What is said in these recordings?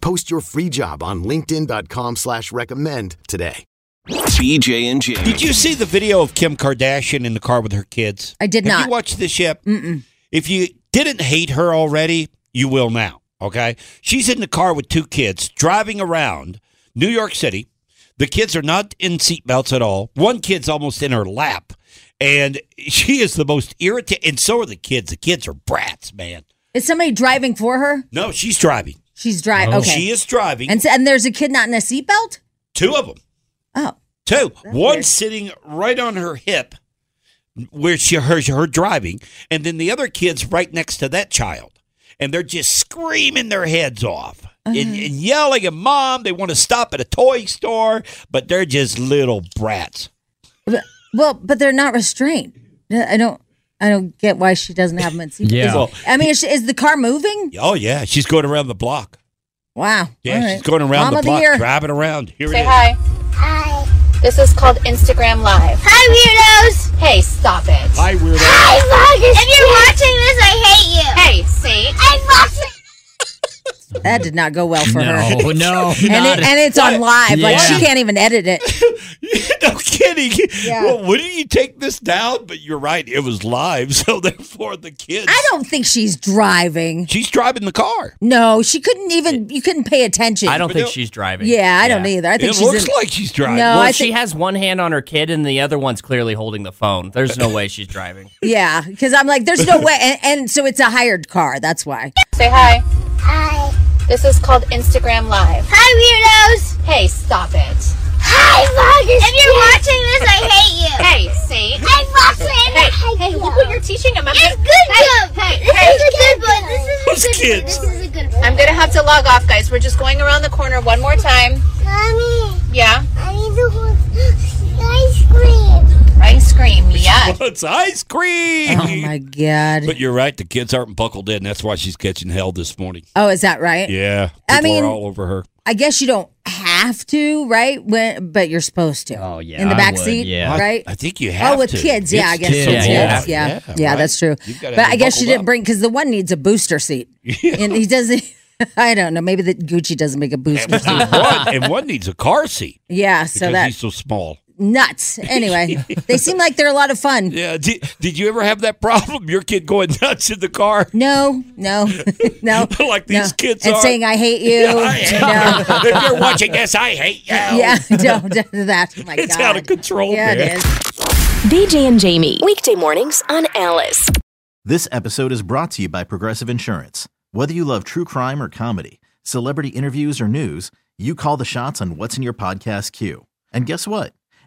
Post your free job on linkedin.com/recommend slash recommend today. BJ and Did Jamie. you see the video of Kim Kardashian in the car with her kids? I did Have not. you watched this yet? Mm-mm. If you didn't hate her already, you will now. Okay, she's in the car with two kids driving around New York City. The kids are not in seatbelts at all. One kid's almost in her lap, and she is the most irritating. And so are the kids. The kids are brats, man. Is somebody driving for her? No, she's driving. She's driving. okay. She is driving. And, s- and there's a kid not in a seatbelt? two of them. Oh. Two. One weird. sitting right on her hip where she her, her driving, and then the other kid's right next to that child. And they're just screaming their heads off and, Uh-huh. and yelling at mom. They want to stop at a toy store, but they're just little brats. But- Well, but they're not restrained. Uh, I don't I don't get why she doesn't have them in seatbelt. Yeah. Well- I mean, is, is the car moving? Oh, yeah. She's going around the block. Wow. Yeah, All right. she's going around Mom the of block, year. driving around. Here it Say is. hi. Hi. This is called Instagram Live. Hi, weirdos. Hey, stop it. Hi, weirdo. If you're watching this, I hate you. Hey, Saint. I'm watching. That did not go well for her. No, no, And, not it, and it's on live. Like she Yeah. can't even edit it. no kidding. Yeah. Well, wouldn't you take this down? But you're right. It was live. So therefore, the kids. I don't think she's driving. She's driving the car. No, she couldn't even. You couldn't pay attention. I don't think no- she's driving. Yeah, I don't either. I think It she's looks in, like she's driving. No, Well, I she think has one hand on her kid and the other one's clearly holding the phone. There's no way she's driving. yeah. Because I'm like, there's no way. And, and so it's a hired car. That's why. Say hi. Hi. This is called Instagram Live. Hi, weirdos. Hey, stop it. Hi, vloggers. If you're watching this, I hate you. Hey, Saint. I'm watching. Hey, hey, look what you're teaching them. It's good hey, hey, this is a good one. This is Those kids. is a good one. I'm gonna have to log off, guys. We're just going around the corner one more time. Mommy. Yeah. I need to hold ice cream. Ice cream. Yeah. It's ice cream. Oh my god. But you're right. The kids aren't buckled in. That's why she's catching hell this morning. Oh, is that right? Yeah. People I mean- are all over her. I guess you don't have to, right? When, but you're supposed to. Oh, yeah, In the I back would, seat, yeah. right? I think you have oh, with to. kids, yeah, I It's guess kids, with yeah, you kids, have to. yeah, yeah, Yeah, right. that's true. You've gotta But have I them guess she buckled didn't up. bring because the one needs a booster seat, and he doesn't. I don't know. Maybe that Gucci doesn't make a booster seat. and, one, and one needs a car seat Yeah, so because that he's so small. nuts. Anyway, they seem like they're a lot of fun. Yeah. Did, did you ever have that problem? Your kid going nuts in the car? No, no, no. Like these no. kids and are. saying I hate you. I hate you. if you're watching this, I hate you. no. yeah, don't do that. Oh my It's God. out of control, Yeah, man. it is. BJ and Jamie, weekday mornings on Alice. This episode is brought to you by Progressive Insurance. Whether you love true crime or comedy, celebrity interviews or news, you call the shots on what's in your podcast queue. And guess what?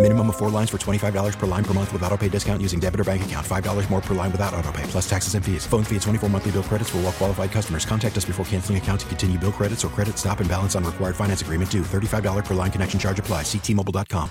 Minimum of four lines for $25 per line per month with auto pay discount using debit or bank account. $5 more per line without auto pay, plus taxes and fees. Phone fee at 24 monthly bill credits for all qualified customers. Contact us before canceling account to continue bill credits or credit stop and balance on required finance agreement due. $35 per line connection charge applies. Ctmobile.com.